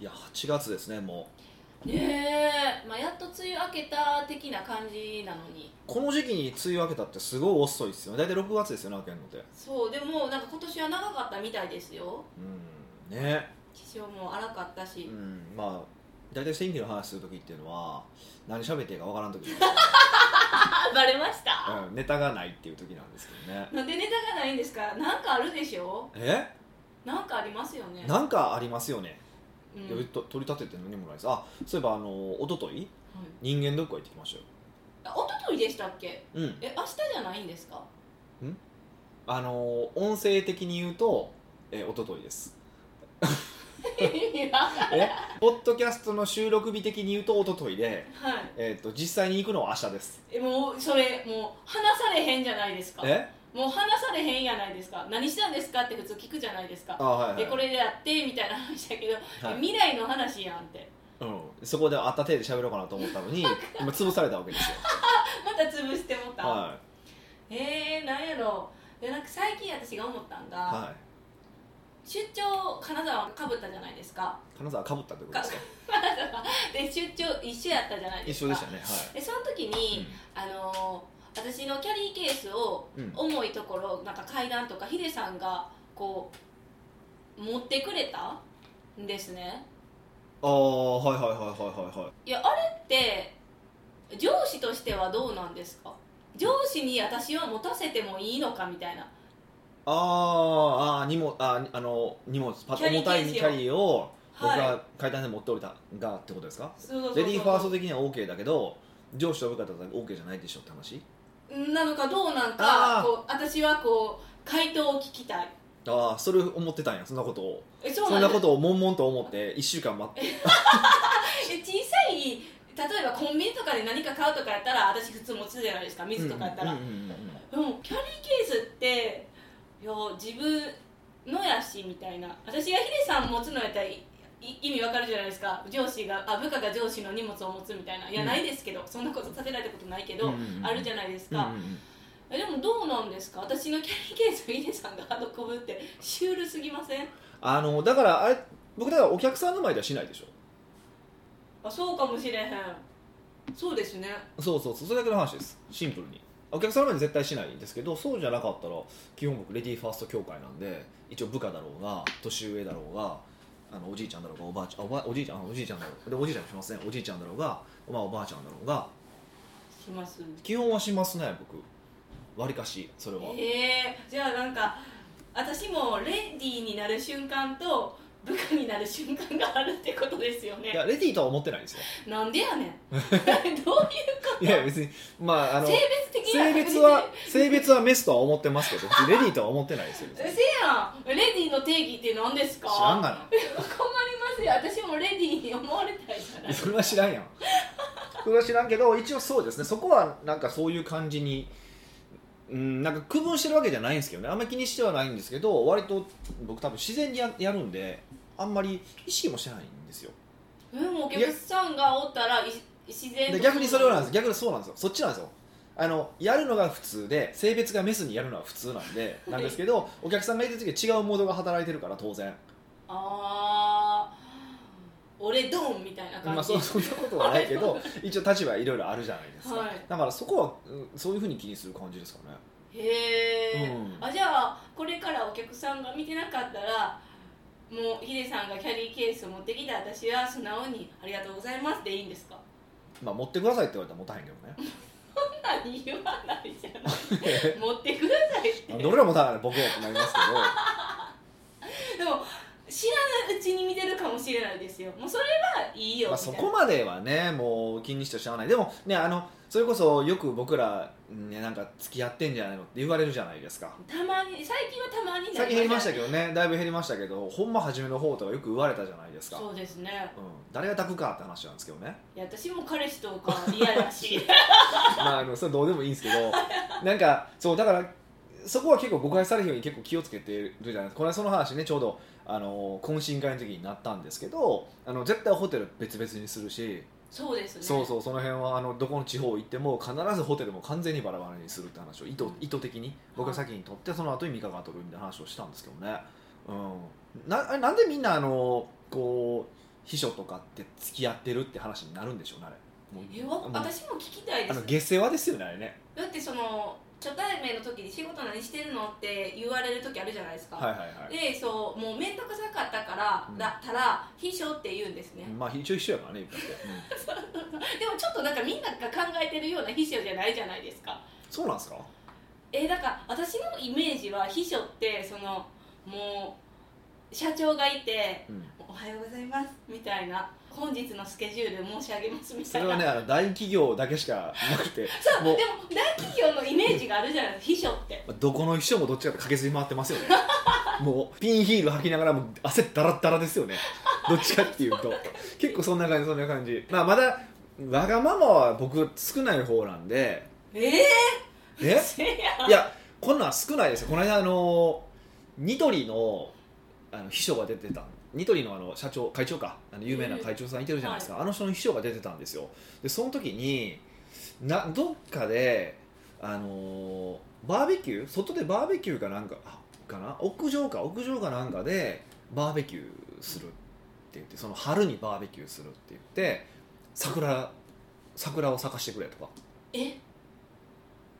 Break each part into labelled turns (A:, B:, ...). A: いや8月ですねもう
B: ねえ、まあ、やっと梅雨明けた的な感じなのに
A: この時期に梅雨明けたってすごい遅いですよね大体6月ですよね明けるのって
B: そうでもなんか今年は長かったみたいですよ
A: うんね
B: 気象も荒かった
A: う
B: し、
A: んまあ大体天気の話する時っていうのは何喋っていいかわからん時、
B: あバレま した
A: うん、ネタがないっていう時なんですけどね
B: なんでネタがないんですかなんかあるでしょ
A: え
B: なんかありますよね
A: なんかありますよね、
B: う
A: い
B: ん
A: やと取り立てて何もないですあそういえばあの一昨日
B: はい
A: 人間ドックは行ってきましたよ
B: あ一昨日でしたっけ
A: うん
B: え明日じゃないん ですか
A: あの音声的に言うとえ一昨日です
B: いやは
A: ポッドキャストの収録日的に言うと一昨日で、
B: い
A: えっと実際に行くのは明日です
B: えもうそれもう話されへんじゃないですか
A: え
B: もう話されへんやないですか何したんですかって普通聞くじゃないですか
A: あはいはい
B: でこれでやってみたいな話だけど、
A: はい
B: え未来の話やんって
A: うん、そこであった手で喋ろうかなと思ったの に今潰されたわけですよ
B: また潰してもた、
A: は
B: えー、なんやろいやなんか最近私が思ったんが、
A: いはい
B: 出張金沢かぶったじゃないですか
A: 金沢かぶったってことですか
B: で出張一緒やったじゃないで
A: 一
B: すか
A: 緒でしたね
B: でその時
A: はい、
B: に、あのー私のキャリーケースを
A: うんうん
B: 重いところなんか階段とかヒデさんがこう持ってくれたんですね
A: ああはいはいはいはいはいはい
B: いやあれって上司としてはどうなんですか上司に私は持たせてもいいのかみたいな
A: あーあー荷物ああの荷物パ
B: キャリ
A: 重
B: ーケ
A: たい
B: ースよ
A: キャリーを僕
B: はい
A: が階段で持っておりたがってことですか、
B: そうそうそうそう
A: レディーファースト的には OK だけど上司と部下だったら OK じゃないでしょって話
B: なのかどうなん
A: あ
B: か
A: ー
B: こう私はこう回答を聞きたい
A: ああそれ思ってたんやそんなことを
B: え
A: そ
B: そうんな
A: なん
B: で
A: こ
B: す
A: とを悶々と思って1週間待って
B: え小さい例えばコンビニとかで何か買うとかやったら私普通持つじゃないですか水とかやったら、
A: うんうんうんうんうん
B: でもキャリーケースっていや自分のやしみたいな私がヒデさん持つのやったらいい意味わかるじゃないですか上司があ部下が上司の荷物を持つみたいないや、
A: うん
B: ないですけどそんなことさせられたことないけど、
A: うんうんうん
B: あるじゃないです
A: うんうん
B: か、
A: うん
B: えでもどうなんですか私のキャリーケースをヒデさんが運ぶってシュールすぎません
A: あのだからあれ僕だからお客さんの前ではしないでしょ
B: あそうかもしれへんそうですね
A: そうそうそうそれだけの話ですシンプルにお客さんの前で絶対しないんですけどそうじゃなかったら基本僕レディーファースト協会なんで一応部下だろうが年上だろうがあのおじいちゃんだろうがおばあちゃんおばおじいちゃんあおじいちゃんだろうでおじいちゃんもしますねおじいちゃんだろうが、まあ、おばあちゃんだろうが
B: します
A: 基本はしますね僕わりかしそれは、
B: えー、じゃあなんか私もレディーになる瞬間と部下になる瞬間があるってことですよ
A: い
B: ね
A: やレディーとは思ってないですよ
B: なんで やねんどういうこと
A: いや別にまああの
B: 性別的な
A: 性別は性別はメスとは思ってますけど別にレディーとは思ってないですよ別
B: せや
A: に
B: んレディーの定義って何ですか
A: 知らん
B: 困
A: がな
B: りますよ私もレディーに思われたいじゃない
A: それは知らんやんそれは知らんけど一応そうですねそこはなんかそういう感じにうんなんか区分してるわけじゃないんですけどねあんまり気にしてはないんですけど割と僕多分自然にややるんであんまり意識もしてないんですよ
B: でもお客さんがおったらい自然と
A: で逆にそれはなんです逆にそうなんですよそっちなんですよあのやるのが普通で性別がメスにやるのは普通なんでなんですけどお客さんがいる時は違うモードが働いてるから当然
B: ああ俺ドンみたいな感じ、
A: まあ、そそんなことはないけ ど一応立場いろいろあるじゃないですか、
B: はい
A: だからそこは、うんそういうふうに気にする感じですかね
B: へえ、
A: うん
B: あじゃあこれからお客さんが見てなかったらもうヒデさんがキャリーケースを持ってきた私は素直に「ありがとうございます」でいいんですか
A: まあ持ってくださいって言われたら持たへんけど
B: そんなに言わない じゃない
A: ね
B: 持ってくださいって
A: どれら持たないの僕はってなりますけ
B: でも知らないうちに見てるかもしれないですよもうそれはいい
A: ど、
B: よ
A: まあ、
B: み
A: そ
B: たいな、
A: こまではねもう気にしてしゃあないでもねあのそれこそよく僕ら、ね、なんか付き合ってんじゃないのって言われるじゃないですか
B: たまに最近はたまに
A: 最近減りました
B: け
A: けどねだいぶ減りましたけどほんま初めの方とかよく言われたじゃないですか、うん、
B: そうですね
A: 誰が抱くかって話なんですけどね
B: いや私も彼氏とか嫌だし
A: まあ、あのそれどうでもいいんです けどなんかそうだからそこは結構誤解されるように結構気をつけてるじゃないですかこれはその話ねちょうどあの懇親会の時になったんですけどあの絶対ホテル別々にするし、
B: そうです ね
A: そうそうその辺はあのどこの地方行っても必ずホテルも完全にバラバラにするって話を意図意図的に僕が先に取ってその後に三河が取るみたいな話をしたんですけどね、うん、なあれなんでみんなあのこう秘書とかって付き合ってるって話になるんでしょうねあれもう
B: えわ私も聞きたいで
A: あ
B: す
A: の下世話ですよねあれね
B: だってその初対面の時に仕事何してるのって言われる時あるじゃないですか、
A: はいはいはい
B: でそうもう面倒くさかったから、
A: うん
B: だったら秘書って言うんですね、
A: まあ一応一緒やからね言ったって、うん
B: でもちょっとなんかみんなが考えてるような秘書じゃないじゃないですか
A: そうなんですか
B: えーだから私のイメージは秘書ってそのもう社長がいて
A: うん
B: 「おはようございます」みたいな「本日のスケジュール申し上げます」み
A: そ
B: たい
A: れ
B: な
A: はねあの大企業だけしかなくて
B: そうで
A: も
B: も
A: う
B: 大企業のイメージがあるじゃないですか秘書って
A: どこの秘書もどっちかって駆けずり回ってます よねもうピンヒール履きながらもう汗だらだらですよねどっちかっていうと結構そんな感じそんな感じまあまだわがままは僕少ない方なん で
B: ええ
A: え
B: せや
A: いやこんなん少ないですよこの間あのニトリのあの秘書が出てたニトリのあの社長会長かあの有名な会長さんいてるじゃないですか、あの人の秘書が出てたんですよでその時になどっかであのバーベキュー外でバーベキューかなんかあかな屋上か屋上かなんかでバーベキューするって言ってその春にバーベキューするって言って桜桜を咲かしてくれとか
B: え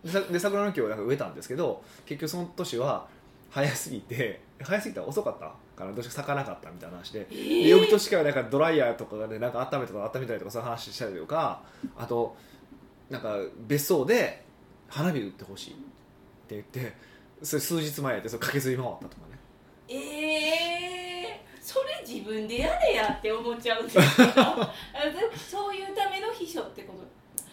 A: でさで桜の木をなんか植えたんですけど結局その年は早すぎて早すぎたら遅かったからどうして咲かなかったみたいな話で
B: え
A: で
B: ー
A: 翌年からなんかドライヤーとかでなんか温めたとか温めたりとかそういう話したりとかあとなんか別荘で花火打ってほしいって言ってそれ数日前でそれ駆けずり回ったとかね
B: ええそれ自分でやれやって思っちゃうんですけど あでもそういうための秘書ってこと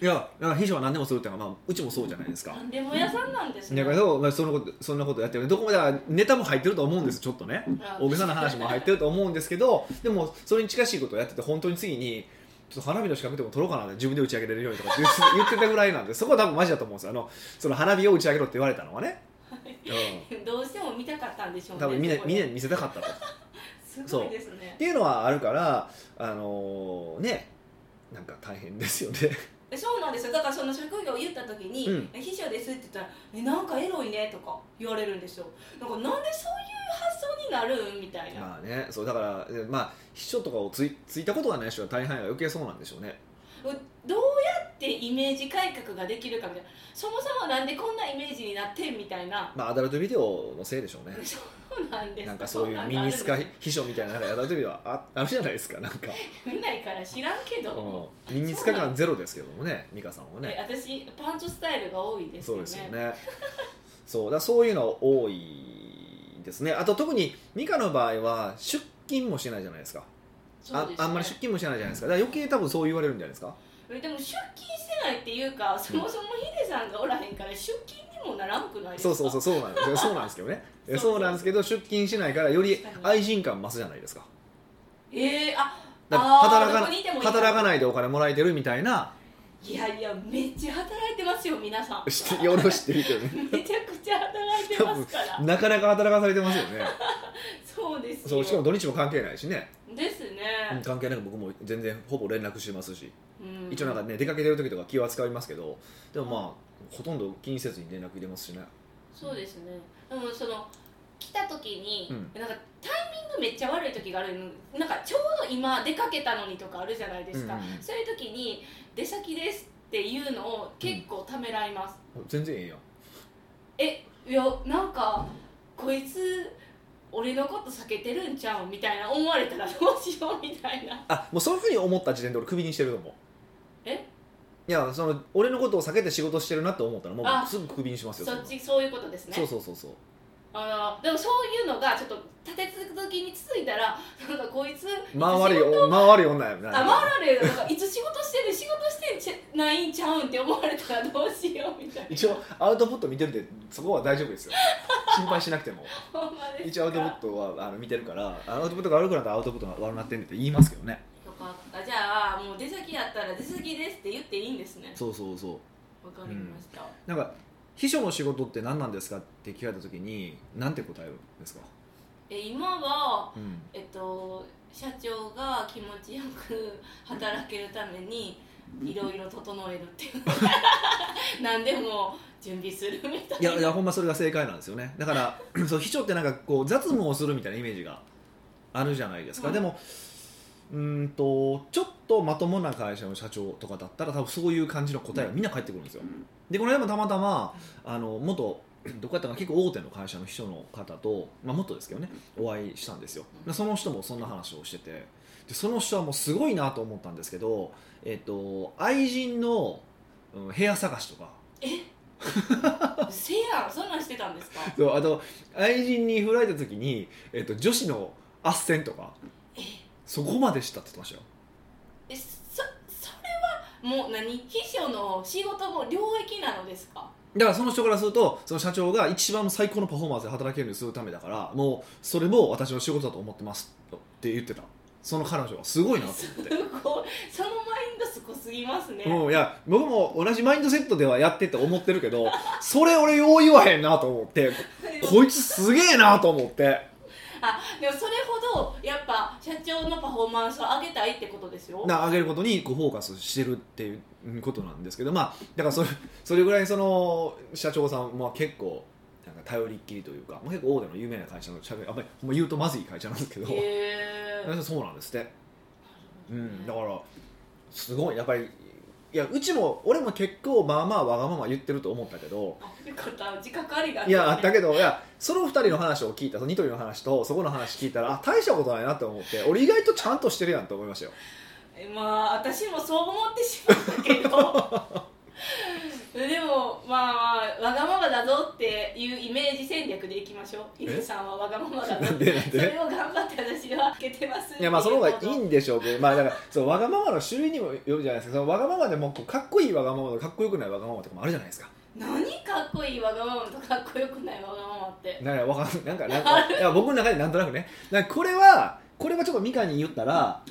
A: いやだから秘書は何でもするっていうのは、まあ、うちもそうじゃないですか
B: 何でも屋さんなんですね
A: だけど、まあ、そのことそんなことやってるどこまではネタも入ってると思うんですちょっとね
B: あ
A: 大げさな話も入ってると思うんですけどでもそれに近しいことをやってて本当に次にちょっと花火の資格でも取ろうかなって自分で打ち上げれるようにとかって言って 言ってたぐらいなんでそこは多分マジだと思うんですよあのその花火を打ち上げろって言われたのはね、
B: どうしても見たかったんでしょ
A: う、
B: うんね
A: 多分みんな
B: そこで
A: みんなに見せたかったとっ
B: すごいですね
A: ていうのはあるからあのねなんか大変ですよね
B: そうなんですよだからその職業を言った時に
A: うん
B: 「秘書です」って言ったら「えなんかエロいね」とか言われるんですよなんかなんでそういう発想になるんみたいな
A: まあねそうだからえまあ秘書とかをついついたことがない人は大半が余計そうなんでしょうね
B: どうやってイメージ改革ができるかみたいなそもそもなんでこんなイメージになってんみたいな
A: まあアダルトビデオのせいでしょうね
B: そうなんです
A: なんかそういうミニスカ
B: そんなのあるんで
A: 秘書みたいななんかやられてるよああるじゃないですか なんか、
B: す見ないから知らんけど
A: うん、ミニスカ感ゼロですけどもね美香さんは
B: え
A: ね
B: 私パンツスタイルが多いです
A: そう
B: よ
A: ですよ
B: ね
A: ねそうだからそういうの多いですねあと特に美香の場合は出勤もしないじゃないですか
B: そう
A: あ
B: ですね
A: あんまり出勤もしないじゃないですかだから余計多分そう言われるんじゃないですか
B: えでも出勤してないっていうかそもそもヒデさんがおらへんから出勤にもならんくないです
A: そう
B: か
A: そうそうそうなんですよそうなんですけどね
B: そうそう
A: そうなんですけど出勤しないからより
B: 確かに
A: 愛人感増すじゃないですか
B: ええあ
A: だって
B: あー
A: 働か
B: ど
A: な
B: こにいてもいい
A: 働かないでお金もらえてるみたい ない
B: やいやめっちゃ働いてますよ皆さん
A: 知ってよろ知ってるけどね
B: めちゃくちゃ働いてますから
A: なかなか働かされてますよ ね
B: そうですよ
A: そうしかも土日も関係ないしね、
B: ですね、
A: 関係なく僕も全然ほぼ連絡してますし、
B: うん
A: 一応なんかね出かけてる時とか気は使いますけどでもまあほとんど気にせずに連絡入れますしね
B: そうですねでもその来た時に、
A: う
B: なんかタイミングめっちゃ悪い時があるのなんかちょうど今出かけたのにとかあるじゃないですか、
A: うんうんうん
B: そういう時に「出先です」っていうのを結構ためらいます、
A: 全然ええやん
B: えいやなんかこいつ俺のこと避けてるんちゃうみたいな思われたらどうしようみたいな
A: あもうそういうふうに思った時点で俺クビにしてると思う
B: え
A: いやその俺のことを避けて仕事してるなと思ったらも
B: あ
A: うすぐクビにしますよ
B: そ
A: ん
B: っ
A: な
B: ちそういうことですね
A: そうそうそうそう
B: あのでもそういうのがちょっと立て続けに続いたらなんかこいつ
A: 回悪いよ回悪い女やな
B: あ回られるなんかいつ仕事してる仕事してんちゃないんちゃうんって思われたらどうしようみたいな
A: 一応アウトプット見てるんでそこは大丈夫です よ心配しなくても
B: ほんまですか
A: 一応アウトプットはあの見てるからあアウトプットが悪くなったらアウトプットが悪くなってんねんって言いますけどね
B: とかあじゃあもう出先やったら出先ですって言っていいんですね
A: そうそうそう
B: わかりました、
A: なんか秘書の仕事って何なんですかって聞かれた時に何て答えるんですか、
B: え今は
A: うん、
B: えっと社長が気持ちよく働けるためにいろいろ整えるっていう何でも準備するみたい
A: いやいやほんまそれが正解なんですよねだから そう秘書ってなんかこう雑務をするみたいなイメージがあるじゃないですか、
B: うん
A: でもうーんとちょっとまともな会社の社長とかだったら多分そういう感じの答えがみんな返ってくるんですよ、でこの間もたまたまあの元 どこやったかな結構大手の会社の秘書の方と、まあ、元ですけどねお会いしたんですよでその人もそんな話をしててでその人はもうすごいなと思ったんですけど、えっと愛人の、うん部屋探しとか
B: せやんそんなんしてたんですか
A: そうあと愛人に振られた時に、えっと女子の斡旋とか
B: え
A: そこまでしたって言ってましたよ
B: えそそれはもう何秘書の仕事も領域なのですか
A: だからその人からするとその社長が一番最高のパフォーマンスで働けるようにするためだからもうそれも私の仕事だと思ってますって言ってたその彼女はすごいなと
B: す
A: 思
B: ご
A: っ
B: い
A: て。
B: そのマインドすごすぎますね、
A: うん、いや僕も同じマインドセットではやってって思ってるけどそれ俺よう言わへんなと思ってこいつすげえなと思って
B: あでもそれほどやっぱ社長のパフォーマンスを上げたいってことですよ
A: な上げることにこうフォーカスしてるっていうことなんですけどまあだからそれ それぐらいその社長さんは結構なんか頼りっきりというか、まあ、結構大手の有名な会社の社長あんまりほんま言うとまずい会社なんですけど、
B: へー
A: そうなんですって、う
B: なる
A: ん、だ
B: ほどね
A: からすごいやっぱりいやうちも俺も結構まあまあわがまま言ってると思ったけど
B: あよかった自覚ありが
A: いやあった
B: け
A: けどいやその2人の話を聞いたそのニトリの話とそこの話聞いたらあ大したことないなと思って俺意外とちゃんとしてるやんと思いましたよ
B: まあ私もそう思ってしまった けどでもまあまあわがままだぞっていうイメージ戦略でいきましょう
A: え
B: ヒデさんはわがままだぞ
A: なんでなんで
B: それを頑張って私は受けてます
A: いやまあその方がいい
B: ん
A: んでしょうけど、まあ、だからそうわがままの種類にもよるじゃないですかそのわがままでもこうかっこいいわがままとかっこよくないわがままとかもあるじゃないですか
B: 何かっこいいわがままとかっこよくないわがままって
A: なんかわかんなんかなんかいや僕の中でなんとなくねなんかこれはこれはちょっとミカに言ったら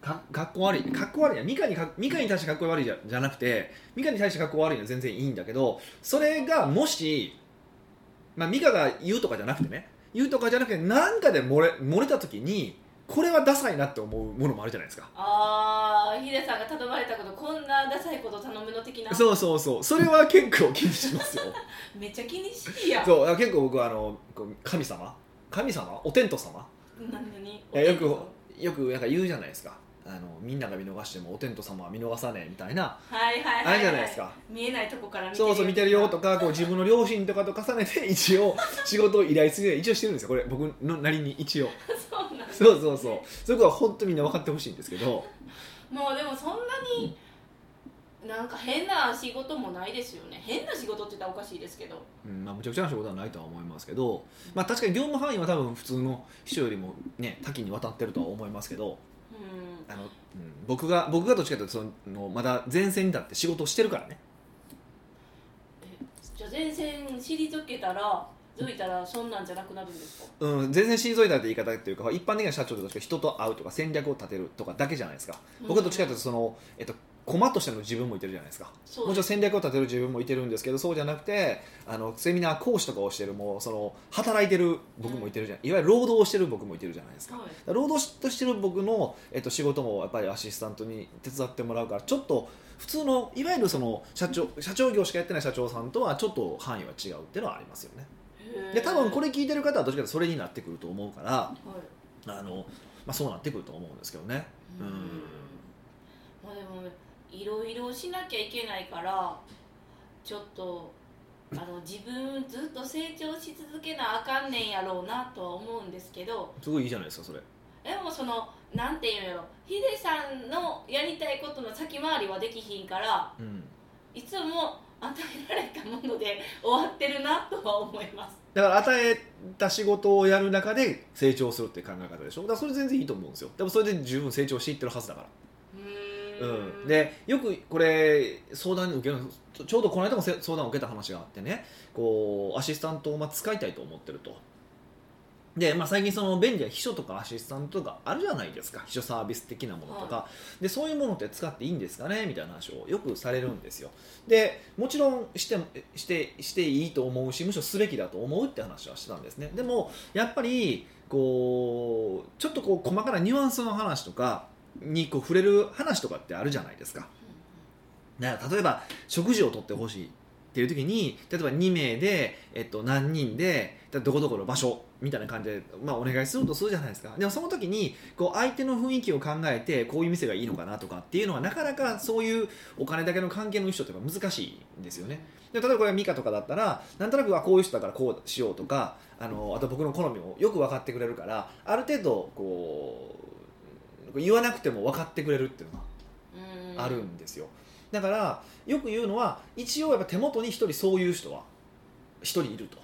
A: かかっこ悪いかっこ悪いやミカにかミカに対してかっこ悪いじゃじゃなくてミカに対してかっこ悪いのは全然いいんだけどそれがもし、まあ、ミカが言うとかじゃなくてね言うとかじゃなくてなんかで漏れ漏れた時にこれはダサいなって思うものもあるじゃないですか
B: ああヒデさんが頼まれたことこんなダサいこと頼むの的な
A: そうそうそうそれは結構気にします よ
B: めっちゃ気にしいやん
A: そうあ結構僕はあのこう神様神様お天道様
B: 何何
A: いやよくよくなんか言うじゃないですかあのみんなが見逃してもお天道様は見逃さねえみたいな
B: はいはいはい、は
A: あれじゃないですか
B: 見えないとこから見てる
A: そうそう見てるよとかこう自分の両親とかと重ねて 一応仕事を依頼するように一応してるんですよこれ僕のなりに一応
B: そうなんです
A: そうそうそうそこは本当みんな分かってほしいんですけど
B: もうでもそんなになんか変な仕事もないですよね変な仕事って言ったらおかしいですけど
A: うんまあむちゃくちゃな仕事はないとは思いますけどまあ確かに業務範囲は多分普通の秘書よりもね多岐にわたってるとは思いますけど
B: うん
A: あの、うん、僕が僕がどっちかというとそのまだ前線に立って仕事をしてるからね
B: じゃあ前線退けたら続いたらそんなんじゃなくなるんですか
A: うん、全然退いたって言い方っていうか一般的な社長として人と会うとか戦略を立てるとかだけじゃないですか僕はどっちかというとその、えっと、駒としての自分もいてるじゃないですか
B: そう
A: もちろん戦略を立てる自分もいてるんですけどそうじゃなくてあのセミナー講師とかをしてるもうその働いてる僕もいてるじゃない、いわゆる労働をしてる僕もいてるじゃないですか
B: はい
A: だから労働としてる僕の、えっと、仕事もやっぱりアシスタントに手伝ってもらうからちょっと普通のいわゆるその社長社長業しかやってない社長さんとはちょっと範囲は違うっていうのはありますよね
B: へー
A: で多分これ聞いてる方はどっちかというとそれになってくると思うから
B: はい
A: あの、まあ、そうなってくると思うんですけどね
B: う
A: うんん
B: まあでもいろいろしなきゃいけないからちょっとあの自分ずっと成長し続けなあかんねんやろうなとは思うんですけど
A: すごいいいじゃないですかそれ
B: でもそのなんていうんやろヒデさんのやりたいことの先回りはできひんから
A: うん
B: いつも与えられたもので 終わってるなとは思います
A: だから与えた仕事をやる中で成長するって考え方でしょだからそれ全然いいと思うんですよでもそれで十分成長していってるはずだから
B: うーん
A: うん、でよくこれ相談受けるちょちょうどこの間もせ相談を受けた話があってねこうアシスタントをまあ使いたいと思ってるとで、まあ、最近その便利な秘書とかアシスタントとかあるじゃないですか秘書サービス的なものとか、でそういうものって使っていいんですかねみたいな話をよくされるんですよでもちろんしてしてしていいと思うしむしろすべきだと思うって話はしてたんですねでもやっぱりこうちょっとこう細かなニュアンスの話とかにこう触れる話とかってあるじゃないですかだから例えば食事をとってほしいってっていう時に例えば2名で、えっと、何人でだどこどこの場所みたいな感じで、まあ、お願いするとするじゃないですかでもその時にこう相手の雰囲気を考えてこういう店がいいのかなとかっていうのはなかなかそういうお金だけの関係の人ってやっぱ難しいんですよねで例えばこれはミカとかだったらなんとなくはこういう人だからこうしようとかあのあと僕の好みもよく分かってくれるからある程度こう言わなくても分かってくれるっていうのが
B: うん
A: あるんですよ、だからよく言うのは一応やっぱ手元に一人そういう人は一人いると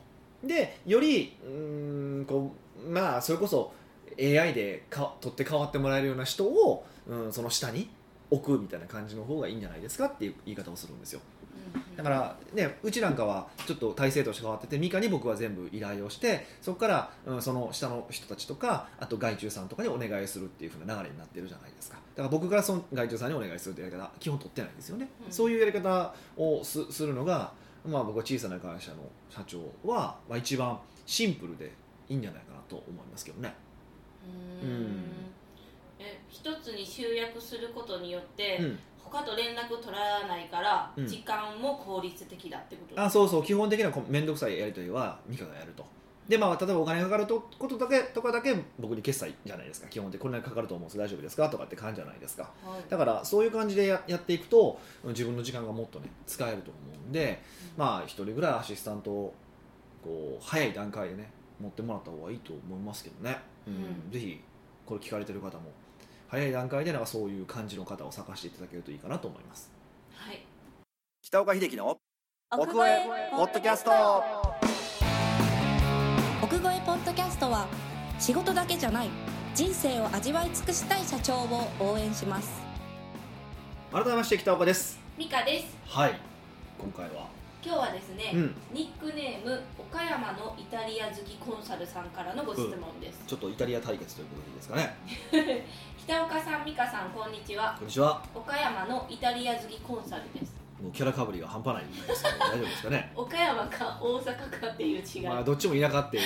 A: でよりうーんこうまあそれこそ AI でか取って代わってもらえるような人を、うん、その下に置くみたいな感じの方がいいんじゃないですかっていう言い方をするんですよだから、ね、うちなんかはちょっと体制として変わっててミカに僕は全部依頼をしてそこから、うん、その下の人たちとかあと外注さんとかにお願いするっていう風な流れになってるじゃないですかだから僕からその外注さんにお願いするってやり方基本取ってないんですよね、
B: うん
A: そういうやり方をすするのが、まあ、僕は小さな会社の社長は、まあ、一番シンプルでいいんじゃないかなと思いますけどね、
B: うんうん
A: うん
B: え一つに集約することによって、
A: うん、
B: 他と連絡取らないから、
A: うん
B: 時間も効率的だってこと
A: あそうそう基本的なこう面倒くさいやり取りはミカがやるとでまあ例えばお金がかかるとことだけとかだけ僕に決済じゃないですか基本的にこれだけかかると思うんです大丈夫ですかとかって感じじゃないですか
B: はい
A: だからそういう感じでややっていくと自分の時間がもっとね使えると思うんで
B: うん
A: まあ一人ぐらいアシスタントをこう早い段階でね持ってもらった方がいいと思いますけどね、うん
B: うん
A: ぜひこれ聞かれてる方も早い段階でなんかそういう感じの方を探していただけるといいかなと思います
B: はい
A: 北岡秀樹の奥越えポッドキャスト
C: 奥越えポッドキャストは仕事だけじゃない人生を味わい尽くしたい社長を応援します
A: 改めまして北岡です
B: ミカです
A: はい今回は
B: 今日はですね、
A: うん
B: ニックネーム岡山のイタリア好きコンサルさんからのご質問です、
A: ちょっとイタリア対決ということでいいですかね
B: 北岡さん美香さんこんにちは
A: こんにちは
B: 岡山のイタリア好きコンサルです
A: もうキャラかぶりが半 端ないんですけど大丈夫ですかね
B: 岡山か大阪かっていう違い、
A: まあどっちも田舎っていう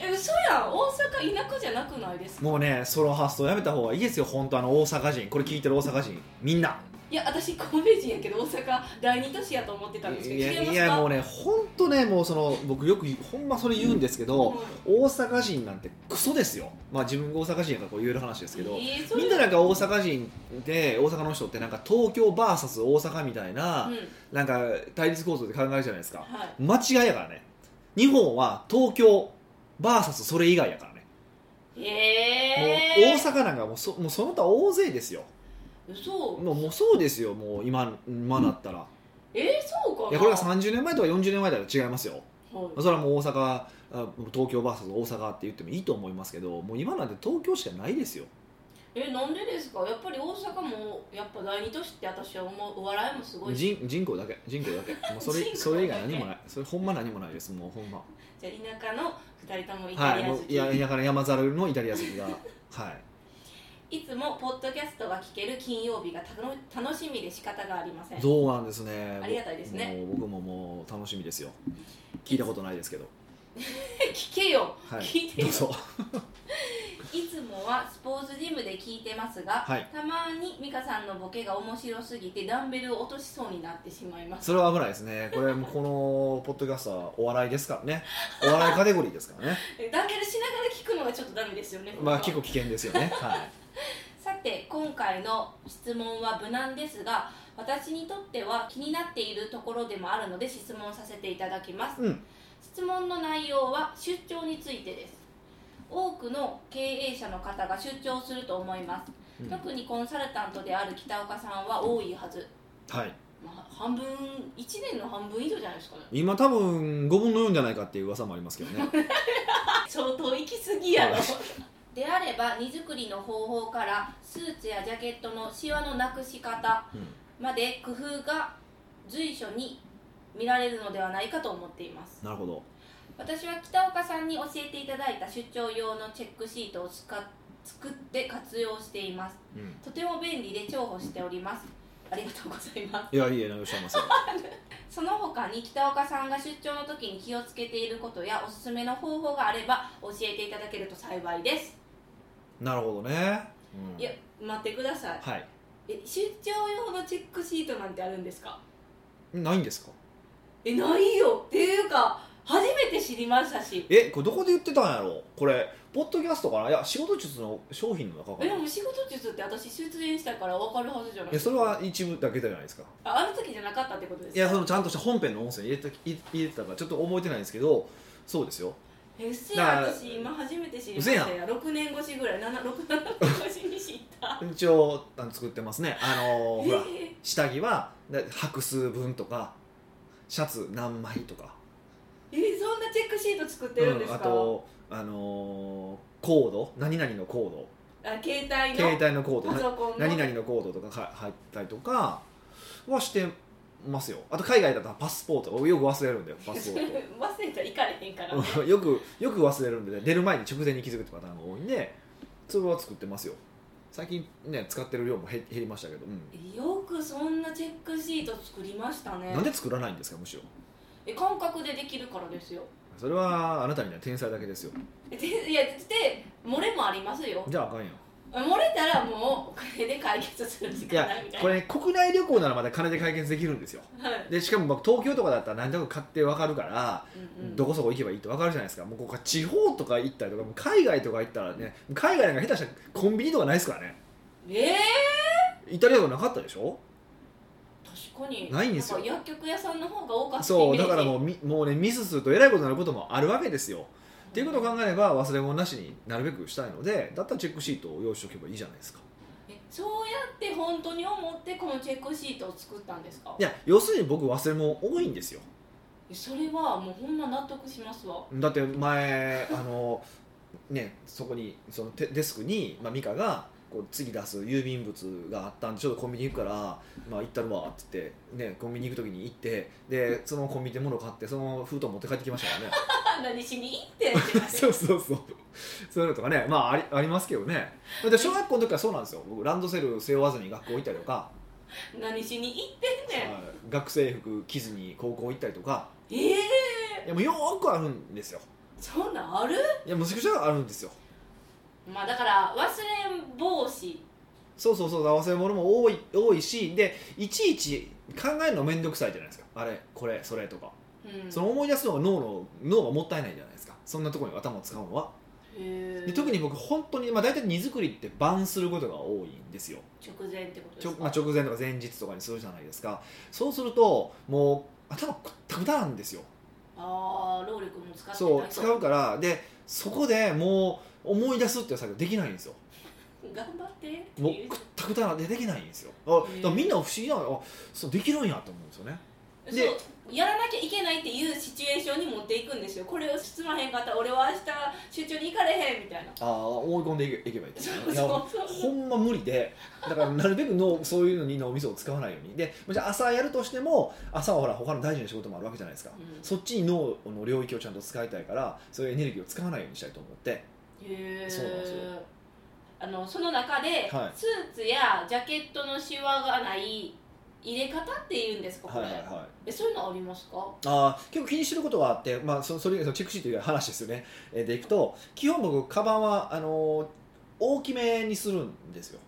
B: え嘘やん大阪田舎じゃなくないですか
A: もうねその発想やめた方がいいですよ本当あの大阪人これ聞いてる大阪人みんない
B: や私神戸人やけど大阪第二都市やと思ってたんですけ
A: い
B: ど違い
A: や
B: ますか
A: いやもうね本当ねもうその僕よくほんまそれ言うんですけど、大阪人なんてクソですよまあ自分が大阪人やからこう言える話ですけど、
B: えーそれ
A: みんななんか大阪人で大阪の人ってなんか東京 VS 大阪みたいな、
B: うん
A: なんか対立構造で考えるじゃないですか
B: はい
A: 間違いやからね日本は東京 VS それ以外やからね、
B: ええ
A: もう大阪なんかもうそもうその他大勢ですよ
B: 嘘
A: もうもうそうですよもう今今なったら
B: えー、そうかない
A: やこれが30年前とか40年前だったら違いますよ
B: はい
A: それはもう大阪あ東京 VS 大阪って言ってもいいと思いますけどもう今なんて東京しかないですよ
B: えなんでですかやっぱり大阪もやっぱ第二都市って私は思うお笑いもすごいし
A: 人人口だけ人口だけもうそ
B: 人口だ
A: れ
B: け
A: それ以外何もないそれほんま何もないですもうほんま
B: じゃあ田舎の二人ともイタ
A: はい
B: リア
A: も
B: 好
A: うい
B: き、
A: や田舎の山猿のイタリア好きがはい
B: い、つもポッドキャストが聞ける金曜日がたの楽しみで仕方がありません
A: そうなんですね
B: ありがたいですね
A: もう僕ももう楽しみですよ聞いたことないですけど
B: 聞けよ、
A: はい
B: 聞いて
A: どう
B: よ
A: ぞ
B: いつもはスポーツジムで聞いてますが、
A: はい
B: たまに美香さんのボケが面白すぎてダンベルを落としそうになってしまいます
A: それは危ないですねこれもうこのポッドキャストはお笑いですからねお笑いカテゴリーですから ね
B: えダンベルしながら聞くのがちょっとダメですよね
A: まあ結構危険ですよ ねはい
B: さて今回の質問は無難ですが私にとっては気になっているところでもあるので質問させていただきます、
A: うん
B: 質問の内容は出張についてです多くの経営者の方が出張すると思います、
A: うん
B: 特にコンサルタントである北岡さんは多いはず、
A: はい
B: まあ、半分1年の半分以上じゃないですかね
A: 今多分5分の4じゃないかっていう噂もありますけどね
B: 相当行き過ぎやろ
A: はい
B: であれば荷造りの方法からスーツやジャケットのシワのなくし方
A: うん
B: まで工夫が随所に見られるのではないかと思っています
A: なるほど
B: 私は北岡さんに教えていただいた出張用のチェックシートを使っ作って活用しています
A: うん
B: とても便利で重宝しておりますありがとうございま
A: いやいいえ何をおっしゃいますよ
B: すその他に北岡さんが出張の時に気をつけていることやおすすめの方法があれば教えていただけると幸いです
A: なるほどね、うん
B: いや待ってください
A: はい
B: え出張用のチェックシートなんてあるんですか
A: ないんですか
B: えないよっていうか初めて知りましたし
A: えこれどこで言ってたんやろこれポッドキャストかないや仕事術の商品の中か
B: えで
A: な
B: も仕事術って私出演したから分かるはずじゃない
A: えそれは一部だけじゃないですか
B: ああの時じゃなかったってことです
A: い
B: か
A: やそのちゃんとした本編の音声入れて入入れてたからちょっと覚えてないんですけどそうですよ
B: えっせ
A: だ
B: や
A: から
B: 私今初めて知りま
A: う
B: した
A: せ
B: や6年越しぐらい7 6 7年越しに知った
A: 一応あの作ってますねあのーほら
B: え
A: 下着はだ白数分とかシャツ何枚とか
B: ーえそんなチェックシート作ってるんです
A: うん、
B: か、
A: あとあのーコード何々のコード
B: あ携帯の
A: 携帯のコード
B: パ
A: な
B: ソコンの
A: 何々のコードとかは入ったりとかはしてますよあと海外だったらパスポートをよく忘れるんだよパスポート
B: 忘れたら行かれへんから、
A: うん よくよく忘れるんで出る前に直前に気づくってパターンが多いんでそれは作ってますよ最近ね使ってる量も減減りましたけど、うん
B: よくそんなチェックシート作りましたね
A: なんで作らないんですかむしろ
B: え感覚でできるからですよ
A: それはあなたには天才だけですよ
B: えでいやで漏れもありますよ
A: じゃああかんやん
B: 漏れたらもうこれで解決するし
A: い
B: か
A: や
B: ないみたい
A: こ
B: な
A: れ国内旅行ならまだ金で解決できるんですよ
B: はい
A: でしかも僕東京とかだったら何となく買って分かるから、
B: うんうん
A: どこそこ行けばいいって分かるじゃないですかもうここは地方とか行ったりとかもう海外とか行ったらね海外なんか下手したらコンビニとかないですからね
B: ええ
A: イタリアとかなかったでしょ
B: 確かに
A: ないんですよ
B: なか薬局屋さんの方が多かった
A: そうだからも
B: う
A: うみもうねミスするとえらいことになることもあるわけですよっていうことを考えれば忘れ物なしになるべくしたいのでだったらチェックシートを用意しておけばいいじゃないですか
B: えそうやって本当に思ってこのチェックシートを作ったんですか
A: いや要するに僕忘れ物多いんですよ
B: それはもうほんま納得しますわ
A: だって前あのねそこにそのデデスクに、まあ、美香がこう次出す郵便物があったんでちょっとコンビニ行くから、まあ、行ったるわって言って、ね、コンビニ行く時に行ってでそのコンビニで物買ってその封筒持って帰ってきましたからね
B: 何しに行ってんってなって
A: そうそうそうそういうのとかねまあありありますけどねで小学校の時からそうなんですよ僕ランドセル背負わずに学校行ったりとか、
B: 何しに行ってんねん
A: はい学生服着ずに高校行ったりとか
B: ええ
A: いやもうよーくあるんですよ
B: そんなんある
A: いやむちゃくちゃあるんですよ
B: まあだから忘れん防止
A: そうそうそう忘れ物も多い多いしでいちいち考えるの面倒くさいじゃないですかあれこれそれとか、
B: うん
A: その思い出すのが脳の脳がもったいないじゃないですかそんなところに頭を使うのは
B: へえ
A: で特に僕本当にまあ大体荷造りって晩することが多いんですよ
B: 直前ってことで
A: ちょ、
B: す
A: まあ、
B: か
A: 直前とか前日とかにするじゃないですかそうするともう頭くったくたなんですよ
B: ああ労力も使ってない
A: そう
B: と
A: 使うからでそこでもう思い出すっていう作業できないんですよ
B: 頑張ってって
A: もう
B: いう
A: くったくたなんでできないんですよあだからみんな不思議なのあそうできるんやと思うんですよね
B: そう
A: で
B: やらなきゃいけないっていうシチュエーションに持っていくんですよこれを進まへんかったら俺は明日出張に行かれへんみたいな
A: ああ追い込んでいけいけばいいですね
B: そう
A: いや
B: そう
A: ほ
B: そ
A: んま無理でだからなるべく脳そういうのに脳みそを使わないようにでじゃあ朝やるとしても朝はほら他の大事な仕事もあるわけじゃないですか、
B: うん
A: そっちに脳の領域をちゃんと使いたいからそういうエネルギーを使わないようにしたいと思って
B: うへえ
A: そうなんですよ
B: あのその中で、
A: はい
B: スーツやジャケットのシワがない入れ方っていうんですかこ
A: はい
B: れ、
A: はいはい
B: えそういうのありますか
A: あー結構気にしてることがあって、まあ、そそれ以外のチェックシート以外の話ですよね、えーでいくと基本僕カバンはあのー大きめにするんですよ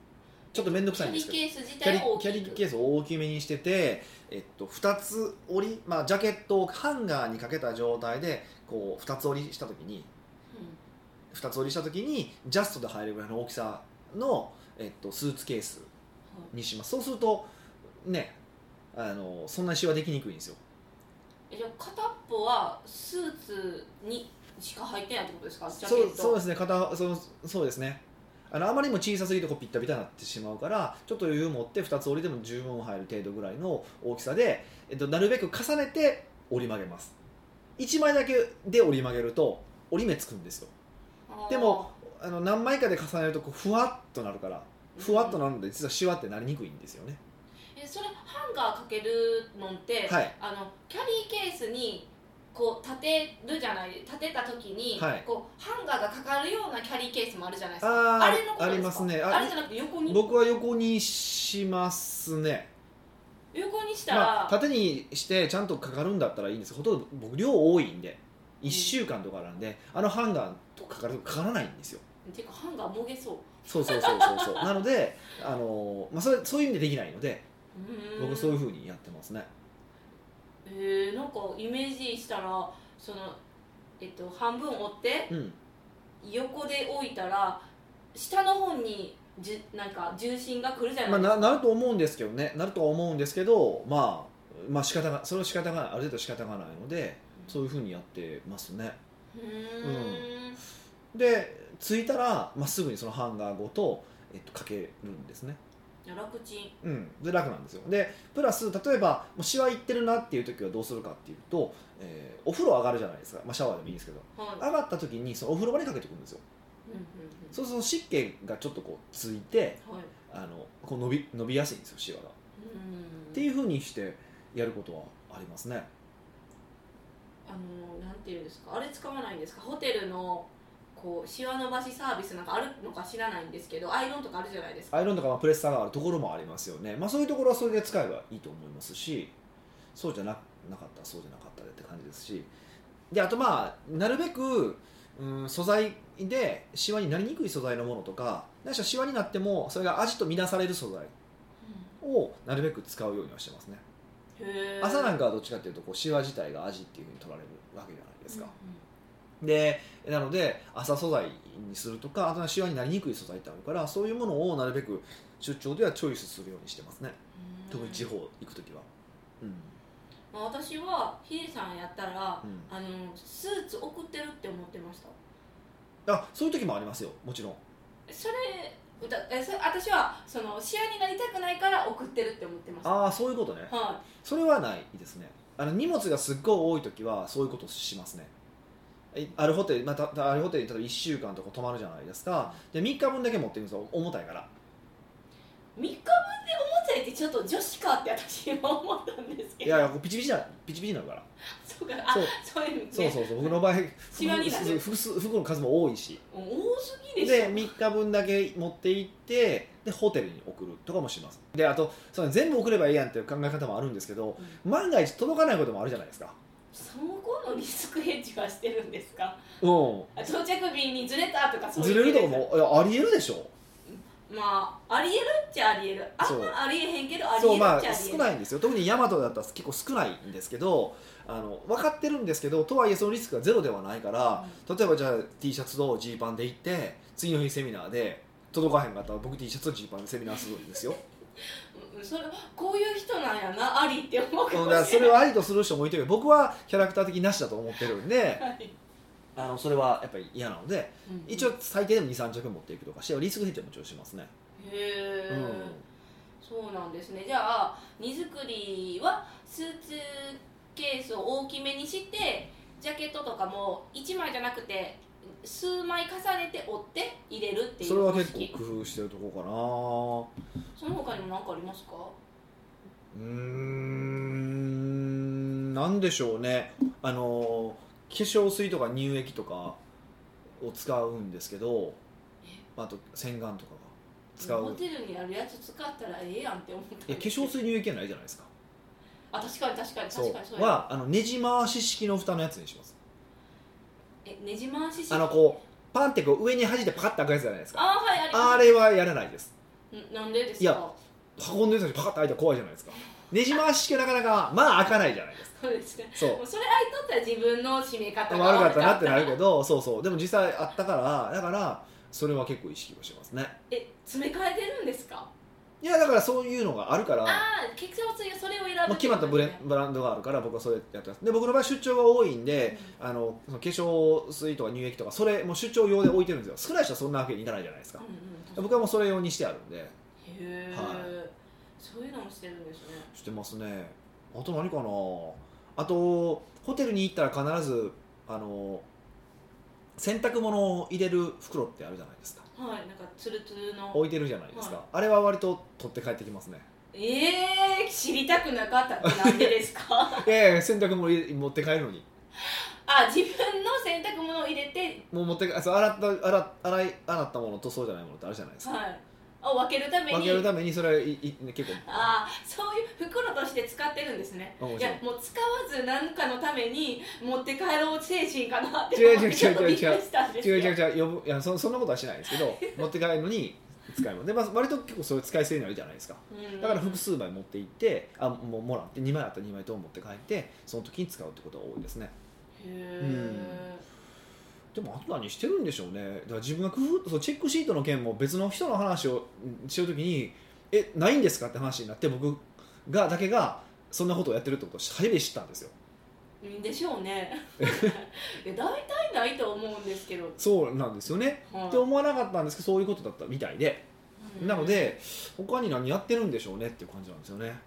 A: ちょっと面倒く
B: キ
A: さい
B: ャ
A: ん
B: リ
A: で
B: ー
A: すけど
B: ケース
A: キ
B: 自
A: ャ
B: 体
A: リ
B: が大き
A: キ
B: い
A: ャリーケースを大きめにしてて、えっと、2つ折り、まあ、ジャケットをハンガーにかけた状態でこう2つ折りした時に2つ折りした時にジャストで入るぐらいの大きさの、えっと、スーツケースにしますそうするとねあのそんなにシワできにくいんですよ
B: えじゃあ片っぽはスーツにしか入ってないってことですかジャケ
A: そう
B: ッ
A: そう
B: ト
A: ですね片そうそうですねあのあまりにも小さすぎてこうピッタピタになってしまうからちょっと余裕持って2つ折りでも十分入る程度ぐらいの大きさで、えっと、なるべく重ねて折り曲げます1枚だけで折り曲げると折り目つくんですよ
B: あー
A: でもあの何枚かで重ねるとこうふわっとなるからふわっと
B: うん
A: なるので実はシワってなりにくいんですよね
B: えそれハンガーかけるのって、
A: はい
B: あのキャリーケースにこう立てるじゃない立てた時に、
A: はい
B: こうハンガーがかかるようなキャリーケースもあるじゃないですか
A: あー
B: れのことですか
A: ありますねあ
B: あれじゃなくて横に
A: 僕は横にしますね
B: 横にしたら、
A: まあ、縦にしてちゃんとかかるんだったらいいんですほとんど僕量多いんで1週間とかなんで、あのハンガーとかかるかからないんですよ
B: ていうかハンガーもげそう
A: そうそうそうそうそう なので、あのーまあ、それそういう意味でできないので
B: うーん
A: 僕そういうふうにやってますね、
B: へえなんかイメージしたらその、えっと、半分折って
A: うん
B: 横で置いたら下の方にじゅなんか重心が来るじゃ
A: ま
B: な
A: あ、な
B: いですか、
A: なると思うんですけどねなるとは思うんですけどまあまあ仕方がそれは仕方がないある程度仕方がないのでそういうふうにやってますね
B: うーん
A: で着いたら、まあ、すぐにそのハンガーごと、えっと、かけるんですね
B: 楽ちん
A: うん、で楽なんですよでプラス例えばもうシワ行ってるなっていう時はどうするかっていうと、えーお風呂上がるじゃないですか、まあ、シャワーでもいいんですけど
B: はい
A: 上がった時にそのお風呂場にかけておくんですよ
B: うんうん
A: そうすると湿気がちょっとこうついて
B: うんはい
A: あのこう伸び伸びやすいんですよシワが、
B: うん
A: っていうふうにしてやることはありますね
B: あのなんていうんですかあれ使わないんですかホテルのこうシワ伸ばしサービスなんかあるのか知らないんですけどアイロンとかあるじゃないですか
A: アイロンとかまあプレッサーがあるところもありますよね、まあ、そういうところはそれで使えばいいと思いますしそうじゃななかったらそうじゃなかったでって感じですしであとまあなるべく、うん、素材でシワになりにくい素材のものとかないしはシワになってもそれが味と見なされる素材をなるべく使うようにはしてますね
B: へー
A: 朝なん
B: で
A: かはどっちかっていうとこうシワ自体が味っていうふうに取られるわけじゃないですか、でなので朝素材にするとかあとはシワになりにくい素材ってあるからそういうものをなるべく出張ではチョイスするようにしてますね特に地方行く時はうん、
B: まあ、私はヒデさんやったら、
A: うん
B: あのスーツ送ってるって思ってました
A: あそういう時もありますよもちろん
B: それだえそれ私はその試合になりたくないから送ってるって思ってました
A: ああそういうことね
B: は
A: それはないですねあの荷物がすっごい多い時はそういうことしますねえあるホテル、まあ、たたあるホテルに例えば1週間とか泊まるじゃないですかで3日分だけ持ってるんですよ重たいから
B: い、3日分でおもちゃってちょっと女子かって私は思ったんですけ
A: い
B: ど
A: やいやこうピチピチなピチピチになるから
B: そうかあ
A: そう
B: そういうね
A: そうそうそう僕の場合
B: シワになる
A: 服服服服の数も多いし
B: 多すぎでしょ
A: で3日分だけ持って行ってでホテルに送るとかもしますであとその全部送ればいいやんっていう考え方もあるんですけど万が一届かないこともあるじゃないですか
B: そこのリスクヘッジはしてるんですか
A: うん
B: あ到着日にずれたとかそうい
A: ず
B: う
A: れるとかもいやありえるでしょ
B: まあありえるっちゃありえるあん
A: そう
B: まありえへんけどありえ
A: そ
B: る
A: う
B: っちゃ
A: ま
B: ありえ
A: あ
B: る
A: 少ないんですよ特にヤマトだったら結構少ないんですけどあの分かってるんですけどとはいえそのリスクがゼロではないから例えばじゃあ T シャツとジーパンで行って次の日セミナーで届かへんかったら僕 T シャツとジーパンでセミナーするん ですよ
B: うんうんそれこういう人なんやなありって思うか
A: うん
B: も
A: だから
B: し
A: そ
B: れな
A: れ
B: い
A: はありとする人もいてるけど僕はキャラクター的なしだと思ってるんで
B: はい
A: あのそれはやっぱり嫌なので
B: うん
A: 一応最低でも23着持っていくとかしてリスクヘッジはもちろんしますね、
B: へえ、
A: う
B: そうなんですねじゃあ荷造りはスーツケースを大きめにしてジャケットとかも1枚じゃなくて数枚重ねて折って入れるって
A: ん、
B: いう
A: それは結
B: 方式
A: 構工夫してるとこか
B: その他にも何かありますか
A: なうーんなんでしょうねあの化粧水とか乳液とかを使うんですけどあと洗顔とかが使
B: ホ
A: う
B: テルにあるやつ使ったらええやんって思ったん
A: いや化
B: です
A: 粧水乳液はないじゃないですか
B: あ確かに確かに
A: そ
B: 確かにそう
A: う
B: や
A: はあのねじ回し式の蓋のやつにします
B: えねじ回しし
A: あのこうパンってこう上に弾いてパカッて開くやつじゃないですか
B: あーはいあります
A: あれはやらないです
B: んなんでです
A: い
B: か
A: や運んでる時パカッて開いたら怖いじゃないですかねじ回し式はなかなかまあ開かないじゃないですか
B: そうですね
A: そう
B: もうそれ開いとったら自分の締め方が
A: 悪かったなってなるけど そうそうでも実際あったからだからそれは結構意識をしてますね
B: え詰め替えてるんですか
A: いやだからそういうのがあるから
B: ああ化粧水はそれを選ぶ
A: まあ、決まったブレブランドがあるから僕はそれやってますで僕の場合出張が多いんであのその化粧水とか乳液とかそれもう出張用で置いてるんですよ少ない人はそんなわけにいかないじゃないですか
B: うんうんうん、
A: 僕はもうそれ用にしてあるんで
B: へえ、
A: は
B: そういうのもしてるんですね
A: してますねあと何かなあとホテルに行ったら必ずあの洗濯物を入れる袋ってあるじゃないですか
B: はいなんかツルツルの
A: 置いてるじゃないですか、
B: は
A: あれは割と取って帰ってきます ね
B: ええー、知りたくなかったってなんでですか
A: いやいや洗濯物入れ持って帰るのに
B: あ自分の洗濯物を入れて
A: もう持って帰そう洗った洗っ洗い洗ったものとそうじゃないものってあるじゃないですか、
B: はいあ分けるために
A: 分けるためにそれはいい結
B: ああそういう袋として使ってるんですね
A: 構面
B: いや
A: 白い
B: もう使わず何かのために持って帰ろう精神かなって
A: 違う
B: 思って
A: 違う違う違う
B: びっくりしたんです
A: 違
B: よ
A: う違う違う呼ぶいやそそんなことはしないですけど持って帰るのに使い物で、まあ、割と結構そういう使い捨てになるじゃないですか
B: うん
A: だから複数枚持って行ってあもうもらって2枚あったら2枚とも持って帰ってその時に使うってことが多いですね
B: へえ
A: でもあと何してるんでしょうねだから自分が工夫とそうチェックシートの件も別の人の話をうんしてる時にえないんですかって話になって僕がだけがそんなことをやってるってことを初めて知ったんですよ
B: うんでしょう ねいや大体ないと思うんですけど、
A: そうなんですよね
B: はい
A: って思わなかったんですけどそういうことだったみたいでなので他に何やってるんでしょうねっていう感じなんですよね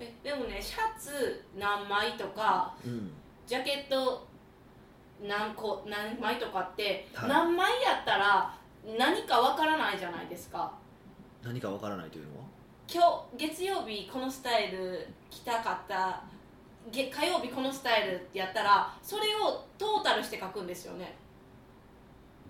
B: えでもねシャツ何枚とか
A: うん
B: ジャケット何個何枚とかって、
A: はい
B: 何枚やったら何かわからないじゃないですか
A: 何かわからないというのは
B: 今日月曜日このスタイル着たかったげ火曜日このスタイルってやったらそれをトータルして書くんですよね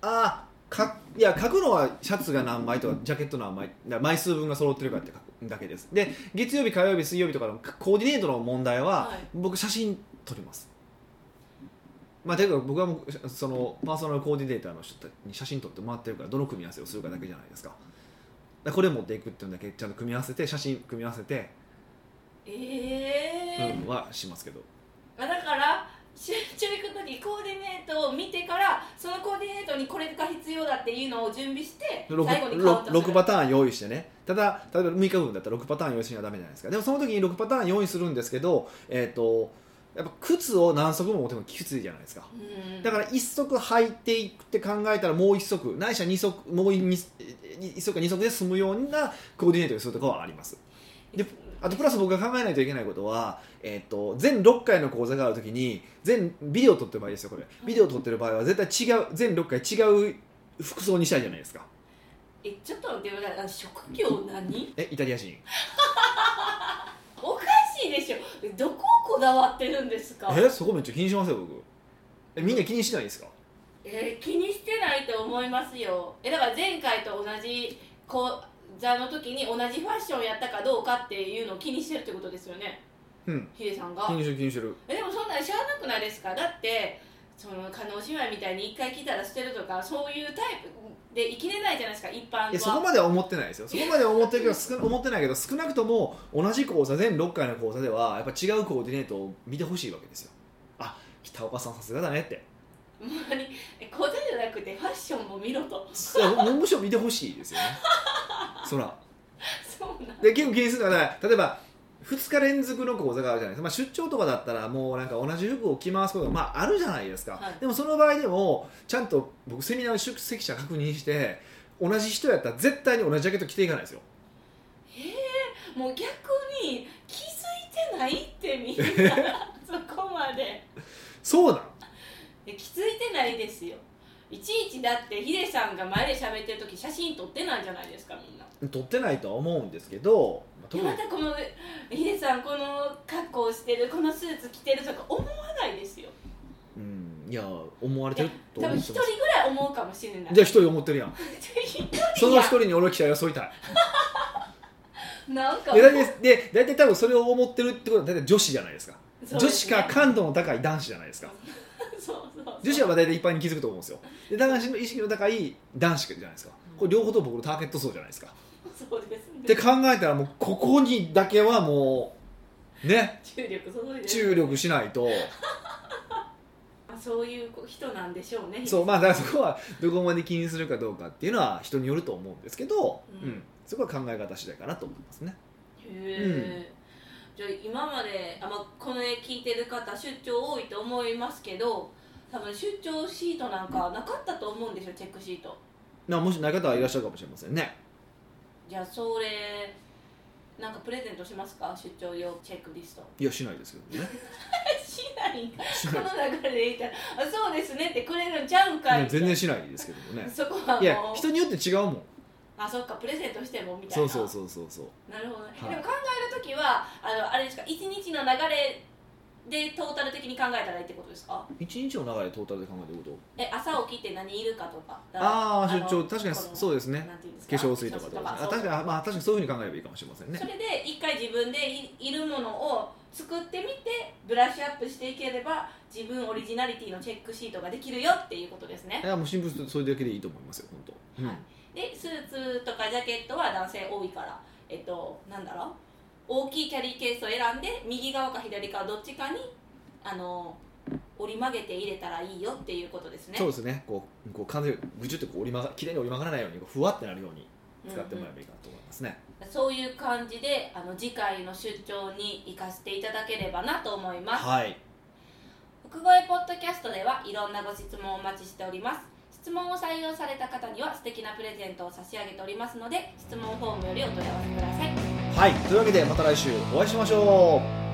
A: ああかいや書くのはシャツが何枚とかジャケット何枚だ枚数分が揃ってるかって書くだけですで月曜日火曜日水曜日とかのコーディネートの問題は、
B: はい
A: 僕写真撮りますまあ、ていうか僕はもうそのパーソナルコーディネーターの人に写真撮ってもらってるからどの組み合わせをするかだけじゃないですかだからこれ持っていくっていうのだけちゃんと組み合わせて写真組み合わせて、
B: ええー
A: うん、はしますけど
B: まあだから 出張行く時コーディネートを見てからそのコーディネートにこれが必要だっていうのを準備して最後
A: 6,
B: に買うとする
A: パターン用意してねただ例えば6日分だったら6パターン用意しなきゃダメじゃないですかでもその時に6パターン用意するんですけど、えっとやっぱ靴を何足も持ってもきついじゃないですか
B: うん
A: だから1足履いていくって考えたらもう1足ないしは2足もう 1, 足か2足で済むようなコーディネートをするとかはありますであとプラス僕が考えないといけないことは、えっと全6回の講座があるときに全ビデオを撮ってる場合ですよこれビデオを撮ってる場合は絶対違う全6回違う服装にしたいじゃないですか
B: えちょっと待ってくださいあ職業何
A: えイタリア人
B: おかしいでしょどこをこだわってるんですか
A: えそこめっちゃ気にしますよ僕えみんな気にしないですか
B: えー気にしてないと思いますよえだから前回と同じ講座の時に同じファッションやったかどうかっていうのを気にしてるってことですよね
A: うん
B: ヒデさんが
A: 気にしてる気にしてる
B: えでもそんなんしゃあなくないですかだってその叶姉妹みたいに一回来たら捨てるとかそういうタイプで生きれないじゃないですか一般はい
A: やそこまでは思ってないですよそこまでは思ってるけど少な思ってないけど少なくとも同じ講座全6回の講座ではやっぱ違うコーディネートを見てほしいわけですよあ北岡さんさすがだねって
B: ほんまにえ小手じゃなくてファッションも見ろと
A: いやむむしろ見てほしいですよねそら
B: そうなん
A: で結構気にするのは例えば2日連続の講座があるじゃないですか、まあ、出張とかだったらもうなんか同じ服を着回すことがまああるじゃないですか、
B: はい
A: でもその場合でもちゃんと僕セミナーの出席者確認して同じ人やったら絶対に同じジャケット着ていかないですよ
B: もう逆に気づいてないってみんな そこまで
A: そうなん
B: え気づいてないですよいちいちだってヒデさんが前で喋ってる時写真撮ってないじゃないですかみんな
A: 撮ってないとは思うんですけどまあ特
B: で
A: に
B: またこのヒデさんこの格好をしてるこのスーツ着てるとか思わないですよ
A: うんいや思われてると
B: 多
A: 思
B: 分
A: って
B: 一人
A: ま
B: ぐ
A: す
B: らい思うかもしれない
A: じゃあ一人思ってるやんその一
B: い
A: 人に俺は期待を添いたい
B: やなんか
A: で大体で大体多分それを思ってるってことは大体女子じゃないですか
B: そう
A: 女
B: です
A: 子
B: ね
A: か感度の高い男子じゃないですか
B: そうそうそう
A: 女子は大体一般に気づくと思うんですよで男子の意識の高い男子じゃないですかこれ両方とも僕のターゲット層じゃないですか
B: そうですね
A: って考えたらもうここにだけはもうね
B: 注力注いでる
A: 注力しないと
B: そういう人なんでしょうね
A: そうまあだからそこはどこまで気にするかどうかっていうのは人によると思うんですけど、
B: う
A: うんんそこは考え方次第かなと思いますね
B: へえ、じゃあ今まであ、まあ、この絵聞いてる方出張多いと思いますけど多分出張シートなんかなかったと思うんですよチェックシート
A: なもしない方はいらっしゃるかもしれませんね
B: じゃあそれなんかプレゼントしますか出張用チェックリスト
A: いやしないですけ どね
B: しないんか
A: し
B: こ
A: ない
B: の流れでいいからあそうですねってくれるんちゃうんかい
A: いや全然しないですけど もね
B: そこはもう
A: いや人によって違うもん
B: あそっかプレゼントしてもみたいな
A: そうそうそうそうそう
B: なるほどね、
A: はい
B: でも考える時はあのあれですか一日の流れでトータル的に考えたらいいってことですか
A: 一日の流れトータルで考えてること
B: え朝起きて何いるかとか
A: ああー出張確かにそう
B: で
A: ですね
B: なんていうんです
A: 化
B: か
A: 粧水とかとか
B: 化
A: あ
B: 粧
A: 確
B: 水とか
A: かにまあ確かにそういうふうに考えればいいかもしれません
B: そう
A: ね
B: それで一回自分でいいるものを作ってみてブラッシュアップしていければ自分オリジナリティのチェックシートができるよっていうことですね
A: いやもうシンプルにそれだけでいいと思いますよ本当、うん
B: はいでスーツとかジャケットは男性多いからえっとなんだろう大きいキャリーケースを選んで右側か左側どっちかにあの折り曲げて入れたらいいよっていうことですね
A: そうですねこうこう完全にぐちゅってこう折り曲が綺麗に折り曲がらないようにこうふわってなるように使ってもらえばいいかなと思いますね、
B: うんうんそういう感じであの次回の出張に行かせていただければなと思います
A: はい
B: 奥越ポッドキャストではいろんなご質問をお待ちしております質問を採用された方には素敵なプレゼントを差し上げておりますので質問フォームよりお問い合わせください
A: はいというわけでまた来週お会いしましょう